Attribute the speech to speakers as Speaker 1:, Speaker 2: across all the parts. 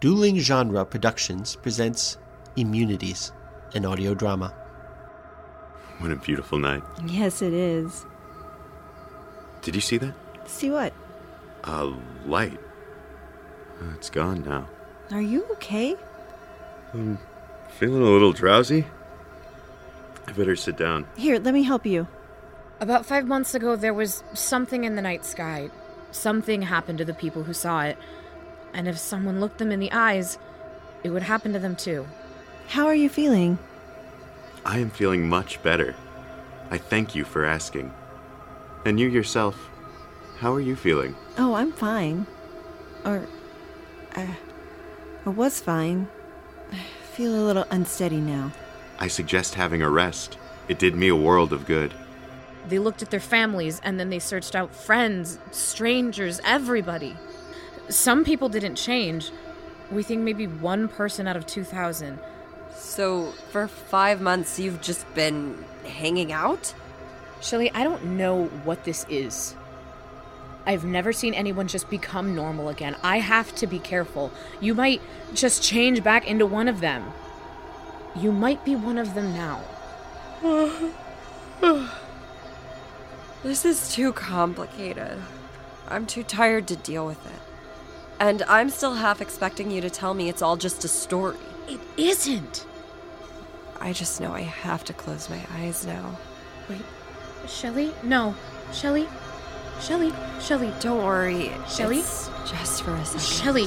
Speaker 1: Dueling Genre Productions presents Immunities, an audio drama.
Speaker 2: What a beautiful night.
Speaker 3: Yes, it is.
Speaker 2: Did you see that?
Speaker 3: See what?
Speaker 2: A light. Uh, It's gone now.
Speaker 3: Are you okay?
Speaker 2: I'm feeling a little drowsy. I better sit down.
Speaker 3: Here, let me help you.
Speaker 4: About five months ago, there was something in the night sky. Something happened to the people who saw it. And if someone looked them in the eyes, it would happen to them too.
Speaker 3: How are you feeling?
Speaker 2: I am feeling much better. I thank you for asking. And you yourself, how are you feeling?
Speaker 3: Oh, I'm fine. Or, uh, I was fine. I feel a little unsteady now.
Speaker 2: I suggest having a rest. It did me a world of good.
Speaker 4: They looked at their families and then they searched out friends, strangers, everybody. Some people didn't change. We think maybe one person out of 2,000.
Speaker 5: So, for five months, you've just been hanging out?
Speaker 4: Shelly, I don't know what this is. I've never seen anyone just become normal again. I have to be careful. You might just change back into one of them. You might be one of them now.
Speaker 5: This is too complicated. I'm too tired to deal with it. And I'm still half expecting you to tell me it's all just a story.
Speaker 4: It isn't.
Speaker 5: I just know I have to close my eyes now.
Speaker 4: Wait, Shelly? No. Shelly? Shelly? Shelly?
Speaker 5: Don't worry.
Speaker 4: Shelly?
Speaker 5: It's just for a second.
Speaker 4: Shelly?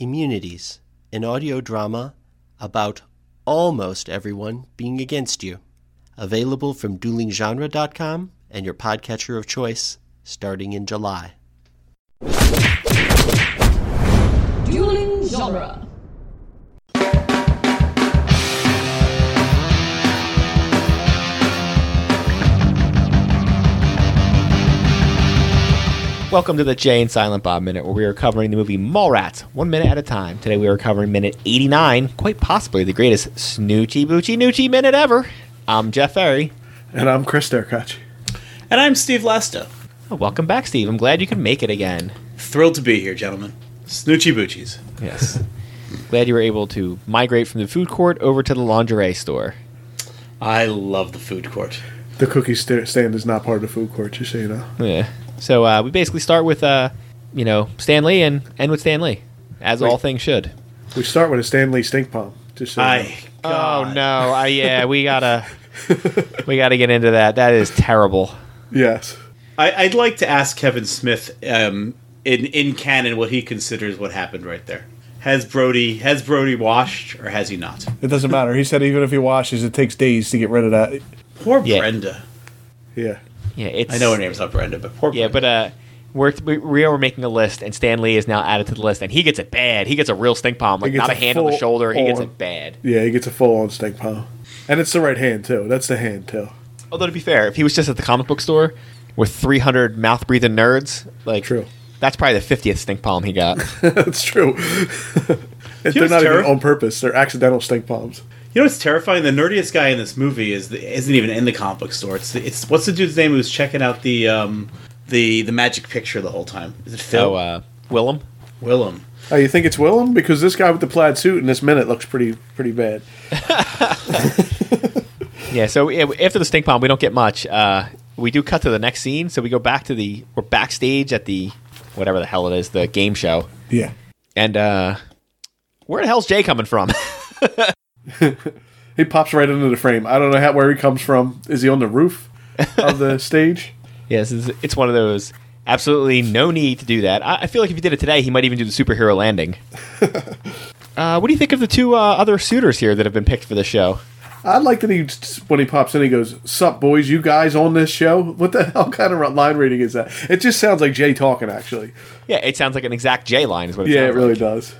Speaker 1: Immunities, an audio drama about almost everyone being against you. Available from duelinggenre.com and your podcatcher of choice starting in July.
Speaker 6: Dueling Genre.
Speaker 7: Welcome to the Jay and Silent Bob Minute, where we are covering the movie Mallrats, one minute at a time. Today we are covering minute 89, quite possibly the greatest snoochie boochie noochie minute ever. I'm Jeff Ferry.
Speaker 8: And I'm Chris Derkach.
Speaker 9: And I'm Steve Lesta.
Speaker 7: Oh, welcome back, Steve. I'm glad you could make it again.
Speaker 9: Thrilled to be here, gentlemen. Snoochie Boochies.
Speaker 7: Yes. glad you were able to migrate from the food court over to the lingerie store.
Speaker 9: I love the food court.
Speaker 8: The cookie sta- stand is not part of the food court, just so you know.
Speaker 7: Yeah. So uh, we basically start with, uh, you know, Stan Lee and end with Stan Lee, as all things should.
Speaker 8: We start with a Stanley stink bomb. Just so you know.
Speaker 9: I.
Speaker 7: Oh no! Uh, yeah, we gotta, we gotta get into that. That is terrible.
Speaker 8: Yes.
Speaker 9: I, I'd like to ask Kevin Smith, um, in in canon, what he considers what happened right there. Has Brody has Brody washed or has he not?
Speaker 8: It doesn't matter. He said even if he washes, it takes days to get rid of that.
Speaker 9: Poor
Speaker 7: Yeah.
Speaker 9: Brenda.
Speaker 8: Yeah.
Speaker 7: Yeah, it's.
Speaker 9: I know her name's not Brenda, but poor.
Speaker 7: Yeah, but uh, we're we, we are making a list, and Stan Lee is now added to the list, and he gets it bad. He gets a real stink palm, like
Speaker 8: gets
Speaker 7: not a,
Speaker 8: a
Speaker 7: hand on the
Speaker 8: full
Speaker 7: shoulder. He gets
Speaker 8: on.
Speaker 7: it bad.
Speaker 8: Yeah, he gets a full on stink bomb. And it's the right hand, too. That's the hand, too.
Speaker 7: Although to be fair, if he was just at the comic book store with 300 mouth breathing nerds, like
Speaker 8: True.
Speaker 7: that's probably the 50th stink palm he got.
Speaker 8: That's true. And they're
Speaker 9: was
Speaker 8: not even
Speaker 9: terrible.
Speaker 8: on purpose. They're accidental stink bombs.
Speaker 7: uh,
Speaker 9: you know what's terrifying? The nerdiest guy in this movie is the, isn't even in the comic book store. It's the, it's what's the dude's name who's checking out the um the the magic picture the whole time? Is it Phil?
Speaker 7: so uh, Willem,
Speaker 9: Willem.
Speaker 8: Oh, you think it's Willem? Because this guy with the plaid suit in this minute looks pretty pretty bad.
Speaker 7: yeah. So yeah, after the stink palm, we don't get much. Uh, we do cut to the next scene, so we go back to the we're backstage at the whatever the hell it is, the game show,
Speaker 8: Yeah.
Speaker 7: and uh, where the hell's Jay coming from?
Speaker 8: He pops right into the frame. I don't know how, where he comes from. Is he on the roof of the stage?
Speaker 7: Yes, it's, it's one of those. Absolutely no need to do that. I, I feel like if he did it today, he might even do the superhero landing. uh, what do you think of the two uh, other suitors here that have been picked for the show?
Speaker 8: I like that he when he pops in, he goes, "Sup, boys? You guys on this show? What the hell kind of line reading is that? It just sounds like Jay talking, actually.
Speaker 7: Yeah, it sounds like an exact J line is what it
Speaker 8: yeah, it
Speaker 7: sounds
Speaker 8: really
Speaker 7: like.
Speaker 8: does.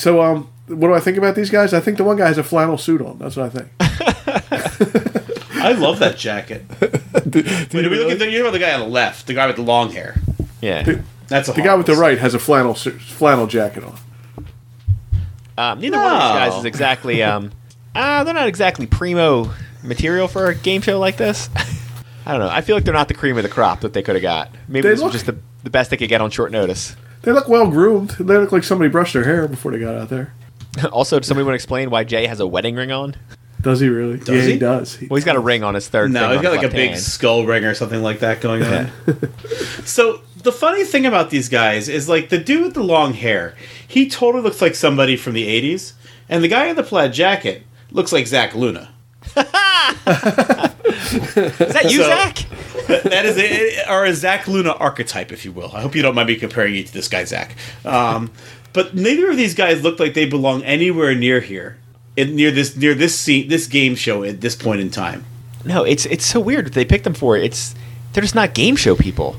Speaker 8: So, um, what do I think about these guys? I think the one guy has a flannel suit on. That's what I think.
Speaker 9: I love that jacket. Wait, do we look at the, you know the guy on the left, the guy with the long hair?
Speaker 7: Yeah.
Speaker 9: That's a
Speaker 8: The guy with the right has a flannel su- flannel jacket on.
Speaker 7: Um, neither one of these guys
Speaker 9: No.
Speaker 7: is exactly. Um, uh, they're not exactly primo material for a game show like this. I don't know. I feel like they're not the cream of the crop that they could have got. Maybe
Speaker 8: They
Speaker 7: this was
Speaker 8: look-
Speaker 7: just the, the best they could get on short notice.
Speaker 8: They look well groomed. They look like somebody brushed their hair before they got out there.
Speaker 7: also, does somebody want to explain why Jay has a wedding ring on?
Speaker 8: Does he really? yeah, he,
Speaker 9: he?
Speaker 8: does. He-
Speaker 7: Well, he's got a ring on his third.
Speaker 9: No,
Speaker 7: finger
Speaker 9: he's
Speaker 7: on
Speaker 9: got
Speaker 7: his
Speaker 9: like a
Speaker 7: left
Speaker 9: big
Speaker 7: hand.
Speaker 9: skull ring or something like that going on. so the funny thing about these guys is like the dude with the long hair, he totally looks like somebody from the '80s, and the guy in the plaid jacket looks like Zach Luna.
Speaker 7: Is that you,
Speaker 9: So-
Speaker 7: Zach?
Speaker 9: that is a, or a Zach Luna archetype, if you will. I hope you don't mind me comparing you to this guy, Zach. Um, but neither of these guys look like they belong anywhere near here, in, near this near this scene, this game show at this point in time.
Speaker 7: No, it's it's so weird that they picked them for. it. It's they're just not game show people.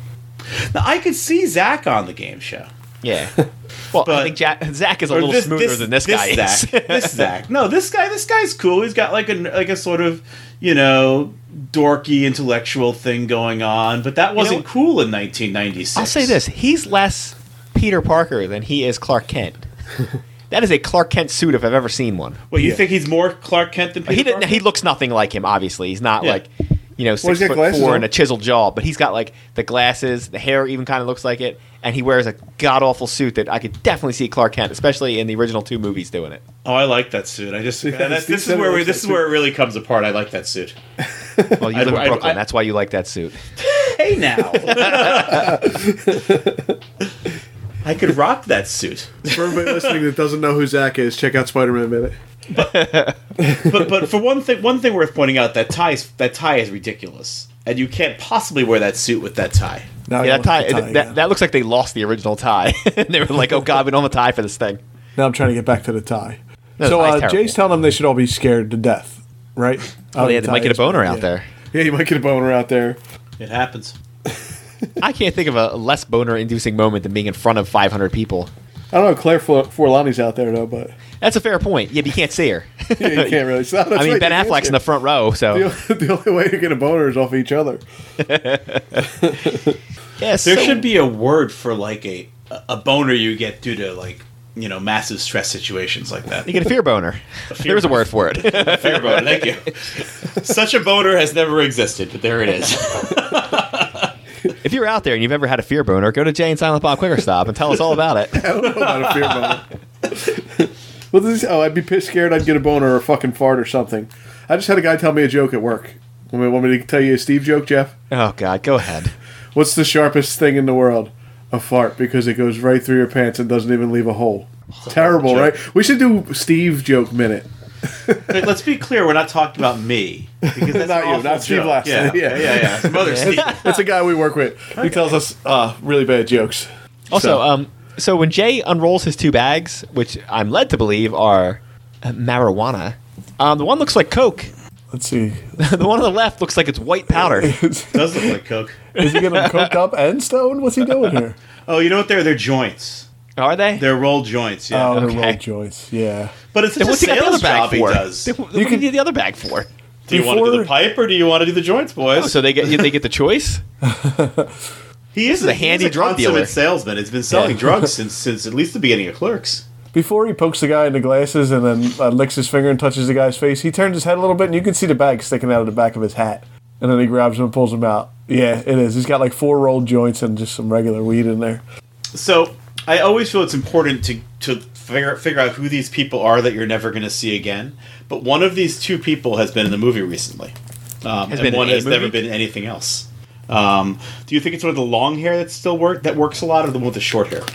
Speaker 9: Now I could see Zach on the game show.
Speaker 7: Yeah. Well, I
Speaker 9: But-
Speaker 7: think Jack, Zach is a
Speaker 9: Or
Speaker 7: little smoother than this, guy is.
Speaker 9: Zach, this Zach. No, this guy. This guy's cool. He's got like a like a sort of you know dorky intellectual thing going on, but that wasn't cool in 1996.
Speaker 7: I'll say this: he's less Peter Parker than he is Clark Kent. that is a Clark Kent suit if I've ever seen one.
Speaker 9: Well, you think he's more Clark Kent than Peter
Speaker 7: he didn't.
Speaker 9: Parker?
Speaker 7: He looks nothing like him. Obviously, he's not
Speaker 9: Yeah.
Speaker 7: like you know
Speaker 8: Well,
Speaker 7: six
Speaker 8: he's got
Speaker 7: foot
Speaker 8: glasses
Speaker 7: four
Speaker 8: on.
Speaker 7: and a chiseled jaw, but he's got like the glasses, the hair even kind of looks like it, and he wears a god awful suit that I could definitely see Clark Kent, especially in the original two movies, doing it.
Speaker 9: Oh, I like that suit. I just
Speaker 8: Yeah,
Speaker 9: that's,
Speaker 8: Steve
Speaker 9: this is
Speaker 8: Trevor
Speaker 9: where we,
Speaker 8: likes
Speaker 9: this
Speaker 8: that
Speaker 9: is where it really comes apart. I like that suit.
Speaker 7: Well, you
Speaker 9: I'd-
Speaker 7: live in
Speaker 9: I'd-
Speaker 7: Brooklyn,
Speaker 9: I-
Speaker 7: that's why you like that suit.
Speaker 9: Hey now, I could rock that suit.
Speaker 8: For everybody listening that doesn't know who Zach is, check out Spider Man Minute.
Speaker 9: But but for one thing, one thing worth pointing out that tie is, that tie is ridiculous, and you can't possibly wear that suit with that tie.
Speaker 8: Now I
Speaker 7: Yeah, that
Speaker 8: want
Speaker 7: tie.
Speaker 8: the
Speaker 7: that,
Speaker 8: yeah.
Speaker 7: that looks like they lost the original tie. they were like, "Oh God, we don't have a tie for this thing."
Speaker 8: Now I'm trying to get back to the tie.
Speaker 7: No,
Speaker 8: so
Speaker 7: the tie's
Speaker 8: uh,
Speaker 7: terrible.
Speaker 8: Jay's telling them they should all be scared to death, right?
Speaker 7: Oh,
Speaker 8: Out
Speaker 7: yeah,
Speaker 8: of
Speaker 7: they
Speaker 8: the
Speaker 7: might
Speaker 8: tie
Speaker 7: get a
Speaker 8: is-
Speaker 7: boner out
Speaker 8: yeah.
Speaker 7: there.
Speaker 8: Yeah, you might get a boner out there.
Speaker 9: It happens.
Speaker 7: I can't think of a less boner-inducing moment than being in front of 500 people.
Speaker 8: I don't know. Claire Fo- Forlani's out there though, but
Speaker 7: That's a fair point. Yeah, but you can't see her.
Speaker 8: yeah, you can't really. So that's
Speaker 7: I mean,
Speaker 8: right,
Speaker 7: Ben
Speaker 8: you can't
Speaker 7: Affleck's in the front row, so
Speaker 8: see it. The only way to get a boner is off each other.
Speaker 7: yes,
Speaker 9: There should be a word for like a a boner you get due to like you know massive stress situations like that.
Speaker 7: You get a fear boner. there was a word for it.
Speaker 9: Fear boner. Thank you. Such a boner has never existed, but there it is.
Speaker 7: if you're out there and you've ever had a fear boner, go to Jay and Silent Bob Quicker Stop and tell us all about
Speaker 8: I
Speaker 7: it.
Speaker 8: don't know about a fear boner. well, this is, oh, I'd be pissed scared I'd get a boner or a fucking fart or something. I just had a guy tell me a joke at work. Want me, want me to tell you a Steve joke, Jeff?
Speaker 7: Oh God, go ahead.
Speaker 8: What's the sharpest thing in the world? A fart because it goes right through your pants and doesn't even leave a hole. Terrible,
Speaker 9: joke.
Speaker 8: right? We should do Steve joke minute.
Speaker 9: But let's be clear, we're not talking about me. Because that's
Speaker 8: Not
Speaker 9: an
Speaker 8: you,
Speaker 9: awful
Speaker 8: not Steve
Speaker 9: joke.
Speaker 8: Lassen.
Speaker 9: Yeah,
Speaker 8: Yeah.
Speaker 9: yeah, yeah. yeah. His mother, Steve.
Speaker 8: That's a guy we work with. He tells us uh, really bad jokes.
Speaker 7: Also,
Speaker 8: So-
Speaker 7: um, so when Jay unrolls his two bags, which I'm led to believe are uh, marijuana, um, the one looks like coke.
Speaker 8: Let's see.
Speaker 7: the one on the left looks like it's white powder.
Speaker 9: does look like Coke.
Speaker 8: Is he getting coked up and stoned? What's he doing here?
Speaker 9: Oh, you know what? They're they're joints.
Speaker 7: Are they?
Speaker 9: They're roll joints. Yeah.
Speaker 8: Oh,
Speaker 7: Okay.
Speaker 8: the roll joints. Yeah.
Speaker 9: But it's
Speaker 7: Then
Speaker 9: such a
Speaker 7: what's he got the other
Speaker 9: sales
Speaker 7: bag
Speaker 9: job he
Speaker 7: for?
Speaker 9: does.
Speaker 7: Then wh- what do you need the other bag for? Oh,
Speaker 9: Do you want to do
Speaker 8: Before-
Speaker 9: the pipe or do you want to do the joints, boys?
Speaker 7: So they get they get the choice.
Speaker 9: he is
Speaker 7: a handy
Speaker 9: he's
Speaker 7: drug
Speaker 9: consummate
Speaker 7: dealer.
Speaker 9: salesman. He's been selling
Speaker 7: Yeah.
Speaker 9: drugs since since at least the beginning of Clerks.
Speaker 8: Before he pokes the guy in the glasses and then uh, licks his finger and touches the guy's face, he turns his head a little bit and you can see the bag sticking out of the back of his hat. And then he grabs him and pulls him out. Yeah, it is. He's got like four rolled joints and just some regular weed in there.
Speaker 9: So I always feel it's important to to figure figure out who these people are that you're never going to see again. But one of these two people has been in the movie recently, um, and
Speaker 7: been in
Speaker 9: one
Speaker 7: a
Speaker 9: has never
Speaker 7: movie?
Speaker 9: been in anything else. Um, do you think it's one of the long hair that still work that works a lot, or the one with the short hair? Do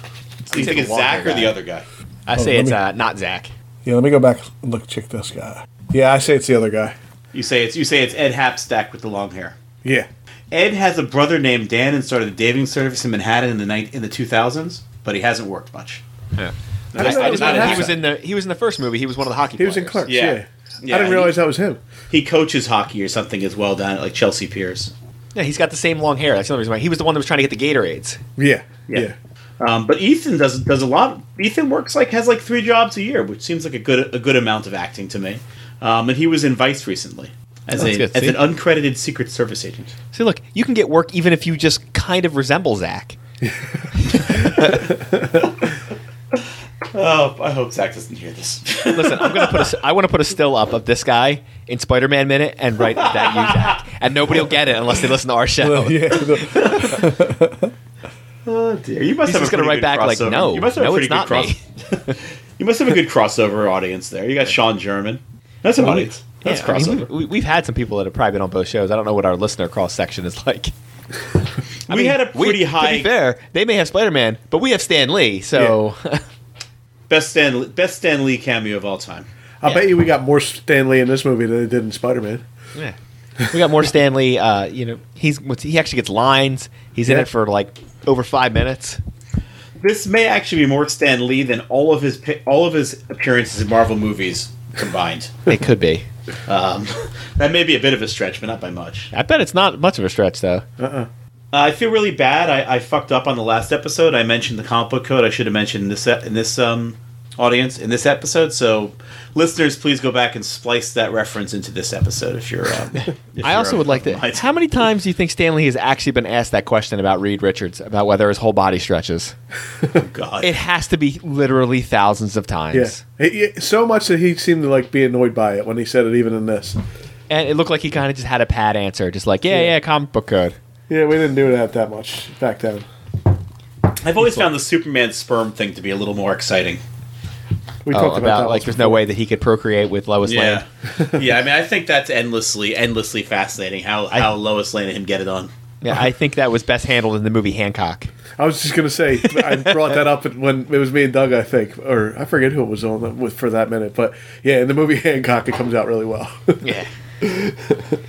Speaker 7: take
Speaker 9: you think it's
Speaker 7: the long
Speaker 9: Zach
Speaker 7: hair
Speaker 9: or the
Speaker 7: guy.
Speaker 9: other guy?
Speaker 7: I say
Speaker 8: let
Speaker 7: it's
Speaker 8: me-
Speaker 7: uh, not Zach.
Speaker 8: Yeah, let me go back and look check this guy. Yeah, I say it's the other guy.
Speaker 9: You say it's you say it's Ed Hapstack with the long hair.
Speaker 8: Yeah.
Speaker 9: Ed has a brother named Dan and started a dating service in Manhattan in the ni- in the 2000s, but he hasn't worked much.
Speaker 7: I,
Speaker 8: didn't know
Speaker 7: I
Speaker 8: it
Speaker 7: just
Speaker 8: was
Speaker 7: know
Speaker 8: Zach.
Speaker 7: he was in the he was in the first movie. He was one of the hockey.
Speaker 8: He was in
Speaker 7: players.
Speaker 8: Clerks.
Speaker 9: Yeah.
Speaker 8: Yeah.
Speaker 9: Yeah,
Speaker 8: I didn't
Speaker 9: he-
Speaker 8: realize that was him.
Speaker 9: He coaches hockey or something as well down at like Chelsea Piers.
Speaker 7: Yeah, he's got the same long hair. That's the only reason why he was the one that was trying to get the Gatorades.
Speaker 8: Yeah. Yeah.
Speaker 9: Um, but Ethan does does a lot. Ethan works like has like three jobs a year, which seems like a good a good amount of acting to me. Um, and he was in Vice recently as
Speaker 7: That's
Speaker 9: a
Speaker 7: good,
Speaker 9: as
Speaker 7: see?
Speaker 9: an uncredited Secret Service agent.
Speaker 7: See, look, you can get work even if you just kind of resemble Zach.
Speaker 9: Oh, I hope Zach doesn't hear this.
Speaker 7: Listen, I'm gonna put a, I want to put a still up of this guy in Spider-Man Minute and write that you Zach, and nobody will get it unless they listen to our show.
Speaker 8: yeah.
Speaker 9: Oh dear, you must
Speaker 7: He's
Speaker 9: have
Speaker 7: just
Speaker 9: a
Speaker 7: gonna
Speaker 9: pretty
Speaker 7: write
Speaker 9: good
Speaker 7: back like,
Speaker 9: crossover.
Speaker 7: "No,
Speaker 9: You must have
Speaker 7: no,
Speaker 9: a pretty
Speaker 7: it's
Speaker 9: good cross- you must have a good crossover audience there. You got Sean German. That's an audience. That's
Speaker 7: I mean,
Speaker 9: crossover.
Speaker 7: we, we've had some people that have probably been on both shows. I don't know what our listener cross section is like.
Speaker 9: we had a pretty
Speaker 7: To
Speaker 9: high
Speaker 7: be fair, they may have Spider Man, but we have Stan Lee. So
Speaker 9: best Stan best Stan Lee cameo of all time.
Speaker 8: I bet you we got more Stanley in this movie than they did in Spider Man.
Speaker 7: yeah. we got more Stan Lee. Uh, you know, he's what's- he actually gets lines. He's in
Speaker 8: Yeah.
Speaker 7: it for like over five minutes.
Speaker 9: This may actually be more Stan Lee than all of his pi- all of his appearances in Marvel movies combined.
Speaker 7: It could be.
Speaker 9: Um, that may be a bit of a stretch, but not by much.
Speaker 7: I bet it's not much of a stretch though.
Speaker 9: Uh, I feel really bad. I, I fucked up on the last episode. I mentioned the comic book code. I should have mentioned in this e- in this um, audience in this episode. So, listeners, please go back and splice that reference into this episode if you're. Um, if
Speaker 7: I
Speaker 9: you're
Speaker 7: also
Speaker 9: of-
Speaker 7: would like to.
Speaker 9: of mind.
Speaker 7: How many times do you think Stanley has actually been asked that question about Reed Richards about whether his whole body stretches?
Speaker 9: God.
Speaker 7: It has to be literally thousands of
Speaker 8: Yeah.
Speaker 7: times.
Speaker 8: He- he- so much that he seemed to like be annoyed by it when he said it, even in this.
Speaker 7: And it looked like he kind of just had a pad answer, just like, yeah, yeah, comic book code.
Speaker 8: Yeah, we didn't do that that much back then.
Speaker 9: I've always found the Superman sperm thing to be a little more exciting.
Speaker 8: We
Speaker 7: Oh, about,
Speaker 8: talked about, that
Speaker 7: like
Speaker 8: like
Speaker 7: there's no way that he could procreate with Lois Lane.
Speaker 9: Yeah, yeah. I mean, I think that's endlessly, endlessly fascinating. How how Lois Lane and him get it on.
Speaker 7: Yeah, I think that was best handled in the movie Hancock.
Speaker 8: I was just gonna say I brought that up when it was me and Doug, I think, or I forget who it was on with for that minute, but yeah, in the movie Hancock, it comes out really well.
Speaker 7: Yeah,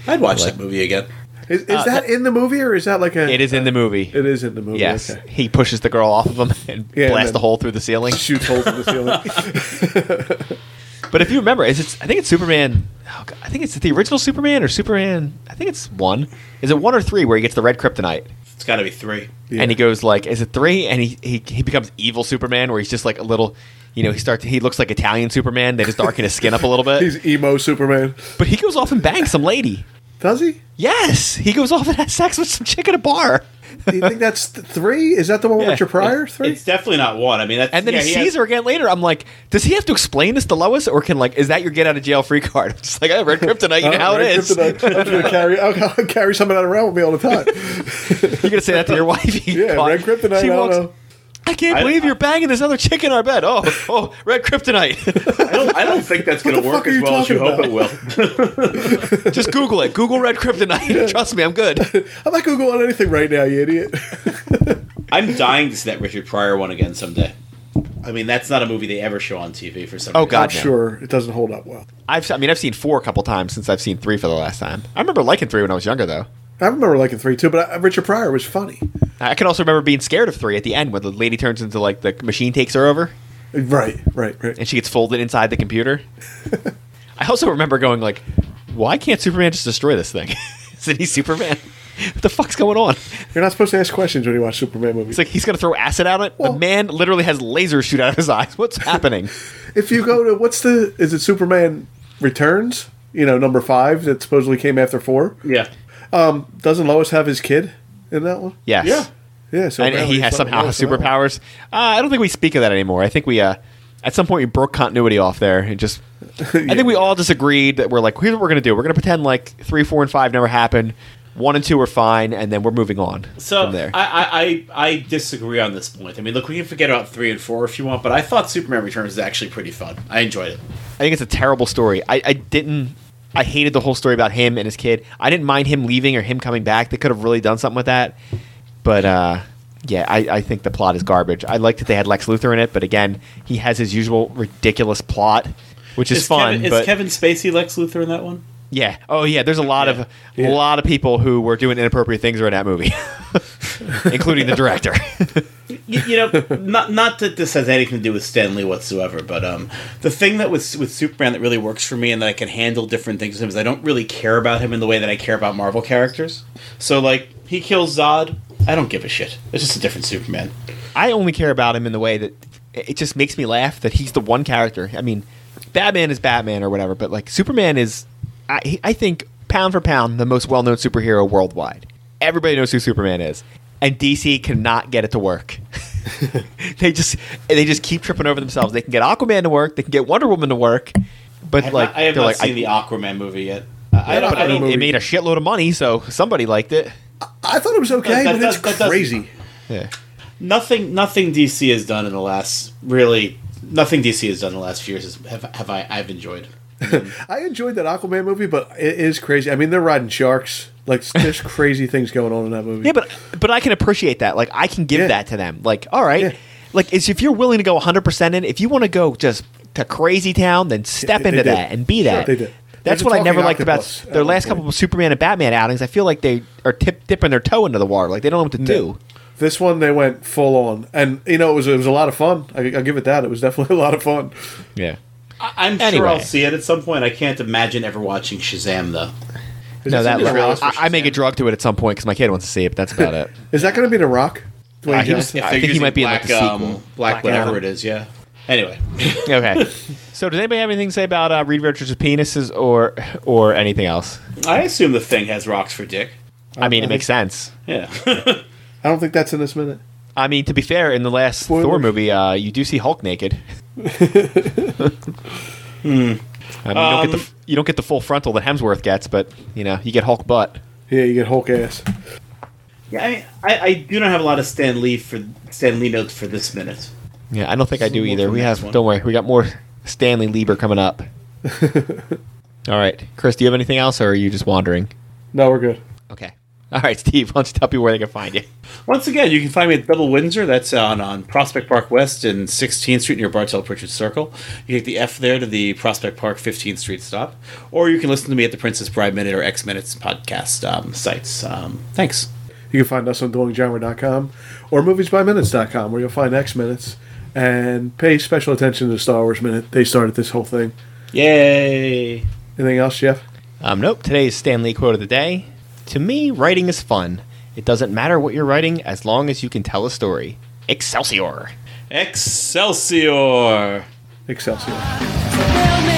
Speaker 9: I'd watch that movie again.
Speaker 8: Is, is that in the movie or is that like a?
Speaker 7: Uh, it is in the movie.
Speaker 8: It is in the movie.
Speaker 7: yes,
Speaker 8: Okay.
Speaker 7: he pushes the girl off of him and
Speaker 8: Yeah, and
Speaker 7: blasts
Speaker 8: then-
Speaker 7: a hole through the ceiling.
Speaker 8: Shoots holes in the ceiling.
Speaker 7: But if you remember, is it? I think it's Superman. Oh God, I think it's the original Superman or Superman. I think it's one. Is it one or three where he gets the red kryptonite?
Speaker 9: It's got to be three.
Speaker 8: Yeah.
Speaker 7: and he goes like, "Is it three? And he, he he becomes evil Superman, where he's just like a little, you know, he starts he looks like Italian Superman. They just darken his skin up a little bit,
Speaker 8: He's emo Superman.
Speaker 7: but he goes off and bangs some lady.
Speaker 8: Does he?
Speaker 7: Yes, he goes off and has sex with some chick at a bar,
Speaker 8: Do you think that's th- three? Is that the one
Speaker 7: Yeah.
Speaker 8: with your prior three?
Speaker 9: It's definitely not one. I mean, that's,
Speaker 7: and then
Speaker 9: yeah,
Speaker 7: he,
Speaker 9: he
Speaker 7: sees
Speaker 9: has-
Speaker 7: her again later. I'm like, does he have to explain this to Lois, or can like, is that your get out of jail free card? I'm just like, I have red kryptonite. You know
Speaker 8: Uh,
Speaker 7: how
Speaker 8: right,
Speaker 7: it is.
Speaker 8: kryptonite. I'm gonna carry. I'll, I'll carry something out around with me all the time.
Speaker 7: You're gonna say that to your wife? You
Speaker 8: Yeah,
Speaker 7: fuck.
Speaker 8: red kryptonite.
Speaker 7: She
Speaker 8: I
Speaker 7: walks-
Speaker 8: don't know.
Speaker 7: I can't
Speaker 9: I-
Speaker 7: believe you're banging this other chick in our bed. Oh, oh, red kryptonite.
Speaker 9: I don't, I don't think that's going to
Speaker 8: the fuck
Speaker 9: work
Speaker 8: are
Speaker 9: as
Speaker 8: you
Speaker 9: well as you
Speaker 8: talking
Speaker 9: hope it will.
Speaker 7: Just Google it. Google red kryptonite. Trust me, I'm good.
Speaker 8: I'm not Google on anything right now, you idiot.
Speaker 9: I'm dying to see that Richard Pryor one again someday. I mean, that's not a movie they ever show on TV for some
Speaker 7: Oh,
Speaker 9: reason.
Speaker 7: God.
Speaker 8: I'm sure it doesn't hold up well.
Speaker 7: I've I mean I've seen four a couple times since I've seen three for the last time. I remember liking three when I was younger though.
Speaker 8: I remember liking three too, but I, Richard Pryor was funny.
Speaker 7: I can also remember being scared of three at the end when the lady turns into like the machine takes her over
Speaker 8: Right, right, right.
Speaker 7: and she gets folded inside the computer. I also remember going like, why can't Superman just destroy this thing? Isn't he Superman? What the fuck's going on?
Speaker 8: You're not supposed to ask questions when you watch Superman movies.
Speaker 7: It's like he's gonna throw acid out it.
Speaker 8: Well-
Speaker 7: the man literally has lasers shoot out of his eyes. What's happening?
Speaker 8: if you go to what's the is it Superman Returns? You know, number five that supposedly came after four.
Speaker 9: Yeah.
Speaker 8: Doesn't Lois have his kid in that one?
Speaker 7: Yes.
Speaker 9: Yeah.
Speaker 8: Yeah, so
Speaker 7: and
Speaker 8: apparently
Speaker 7: he has
Speaker 8: he's not
Speaker 7: somehow
Speaker 8: Lois in that one.
Speaker 7: superpowers. Uh, I don't think we speak of that anymore. I think we, uh, at some point, we broke continuity off there and just. I think we all just agreed that we're like, here's what we're gonna do. We're gonna pretend like three, four, and five never happened. One and two are fine, and then we're moving on
Speaker 9: So
Speaker 7: from there.
Speaker 9: I, I, I, I disagree on this point. I mean, look, we can forget about three and four if you want, but I thought Superman Returns was actually pretty fun. I enjoyed it.
Speaker 7: I think it's a terrible story. I, I didn't. I hated the whole story about him and his kid. I didn't mind him leaving or him coming back. They could have really done something with that. But uh, yeah, I, I think the plot is garbage. I liked that they had Lex Luthor in it, but again, he has his usual ridiculous plot, which is, fun.
Speaker 9: Kevin,
Speaker 7: but
Speaker 9: is Kevin Spacey Lex Luthor in that one?
Speaker 7: yeah, oh yeah, there's a lot of
Speaker 8: Yeah.
Speaker 7: a lot of people who were doing inappropriate things in that movie, including the director.
Speaker 9: you, you know, not not that this has anything to do with Stanley whatsoever, but um, the thing that was with Superman that really works for me and that I can handle different things with him is I don't really care about him in the way that I care about Marvel characters. So like, he kills Zod, I don't give a shit. It's just a different Superman.
Speaker 7: I only care about him in the way that it just makes me laugh that he's the one character. I mean, Batman is Batman or whatever, but like Superman is, I, he- I think pound for pound the most well known superhero worldwide. Everybody knows who Superman is, and DC cannot get it to work. they just they just keep tripping over themselves. They can get Aquaman to work, they can get Wonder Woman to work, but
Speaker 9: I have
Speaker 7: like
Speaker 9: not, I have
Speaker 7: they're
Speaker 9: not
Speaker 7: like,
Speaker 9: seen
Speaker 7: I-
Speaker 9: the Aquaman movie yet. I, I
Speaker 8: Yeah,
Speaker 9: don't.
Speaker 8: but
Speaker 9: I
Speaker 7: I mean,
Speaker 9: don't
Speaker 7: it made a shitload of money, so somebody liked it.
Speaker 8: I thought it was okay,
Speaker 9: That-
Speaker 8: but it's
Speaker 9: that- that doesn't-
Speaker 8: crazy.
Speaker 7: Yeah.
Speaker 9: nothing nothing DC has done in the last really nothing DC has done in the last few years is, have, have I I've enjoyed.
Speaker 8: I enjoyed that Aquaman movie, but it is crazy. I mean, they're riding sharks. Like, there's crazy things going on in that movie.
Speaker 7: Yeah, but but I can appreciate that. Like I can give
Speaker 8: Yeah.
Speaker 7: that to them. Like all right,
Speaker 8: Yeah.
Speaker 7: like it's, if you're willing to go 100 percent in, if you want to go just to crazy town, then step
Speaker 8: they
Speaker 7: into
Speaker 8: did.
Speaker 7: that and be
Speaker 8: Sure,
Speaker 7: that.
Speaker 8: they did.
Speaker 7: That's
Speaker 8: There's a
Speaker 7: what I never
Speaker 8: talking
Speaker 7: liked about
Speaker 8: octopus at
Speaker 7: their
Speaker 8: one
Speaker 7: last
Speaker 8: point.
Speaker 7: couple of Superman and Batman outings. I feel like they are tip, dipping their toe into the water. Like they don't know what to do.
Speaker 8: This one they went full on, and you know it was it was a lot of fun. I, I give it that. It was definitely a lot of fun.
Speaker 7: Yeah.
Speaker 9: I, I'm sure
Speaker 7: Anyway.
Speaker 9: I'll see it at some point. I can't imagine ever watching Shazam though.
Speaker 8: Is
Speaker 7: No,
Speaker 8: it
Speaker 7: that
Speaker 8: something
Speaker 7: I,
Speaker 8: Rock-
Speaker 7: I make a drug to it at some point because my kid wants to see it. But that's about it.
Speaker 8: Is that going to be the Rock? Dwayne
Speaker 7: Uh, he was-
Speaker 8: Johnson?
Speaker 7: I think he might be in, like, the sequel.
Speaker 9: black, whatever it is. Yeah. Anyway,
Speaker 7: okay. So does anybody have anything to say about uh, Reed Richards' penises or or anything else?
Speaker 9: I assume the thing has rocks for dick.
Speaker 7: I mean, it makes sense.
Speaker 9: Yeah.
Speaker 8: I don't think that's in this minute.
Speaker 7: I mean, to be fair, in the last
Speaker 8: Spoilers.
Speaker 7: Thor movie, uh, you do see Hulk naked. Hmm. I mean, you, don't get the, f- you don't get the full frontal that Hemsworth gets, but you know, you get Hulk butt.
Speaker 8: Yeah, you get Hulk ass.
Speaker 9: yeah. I, mean, I I do not have a lot of Stan Lee for Stan Lee notes for this minute.
Speaker 7: Yeah, I don't think I do
Speaker 9: We'll
Speaker 7: either.
Speaker 9: do
Speaker 7: We
Speaker 9: next
Speaker 7: have,
Speaker 9: one.
Speaker 7: don't worry, we got more Stanley Lieber coming up. All right, Chris, do you have anything else, or are you just wandering?
Speaker 8: No, we're good.
Speaker 7: Okay. All right, Steve, why don't you tell people where they can find you?
Speaker 9: Once again, you can find me at Double Windsor. That's on, on Prospect Park West and 16th Street near Bartell Pritchard Circle. You take the F there to the Prospect Park 15th Street stop. Or you can listen to me at the Princess Bride Minute or X Minutes podcast um, sites. Um, thanks.
Speaker 8: You can find us on duelinggenre.com or moviesbyminutes.com, where you'll find X Minutes. And pay special attention to the Star Wars Minute. They started this whole thing.
Speaker 9: Yay!
Speaker 8: Anything else, Jeff?
Speaker 7: Um, nope. Today's Stanley quote of the day. To me, writing is fun. It doesn't matter what you're writing as long as you can tell a story. Excelsior.
Speaker 9: Excelsior!
Speaker 8: Excelsior.
Speaker 10: Tell me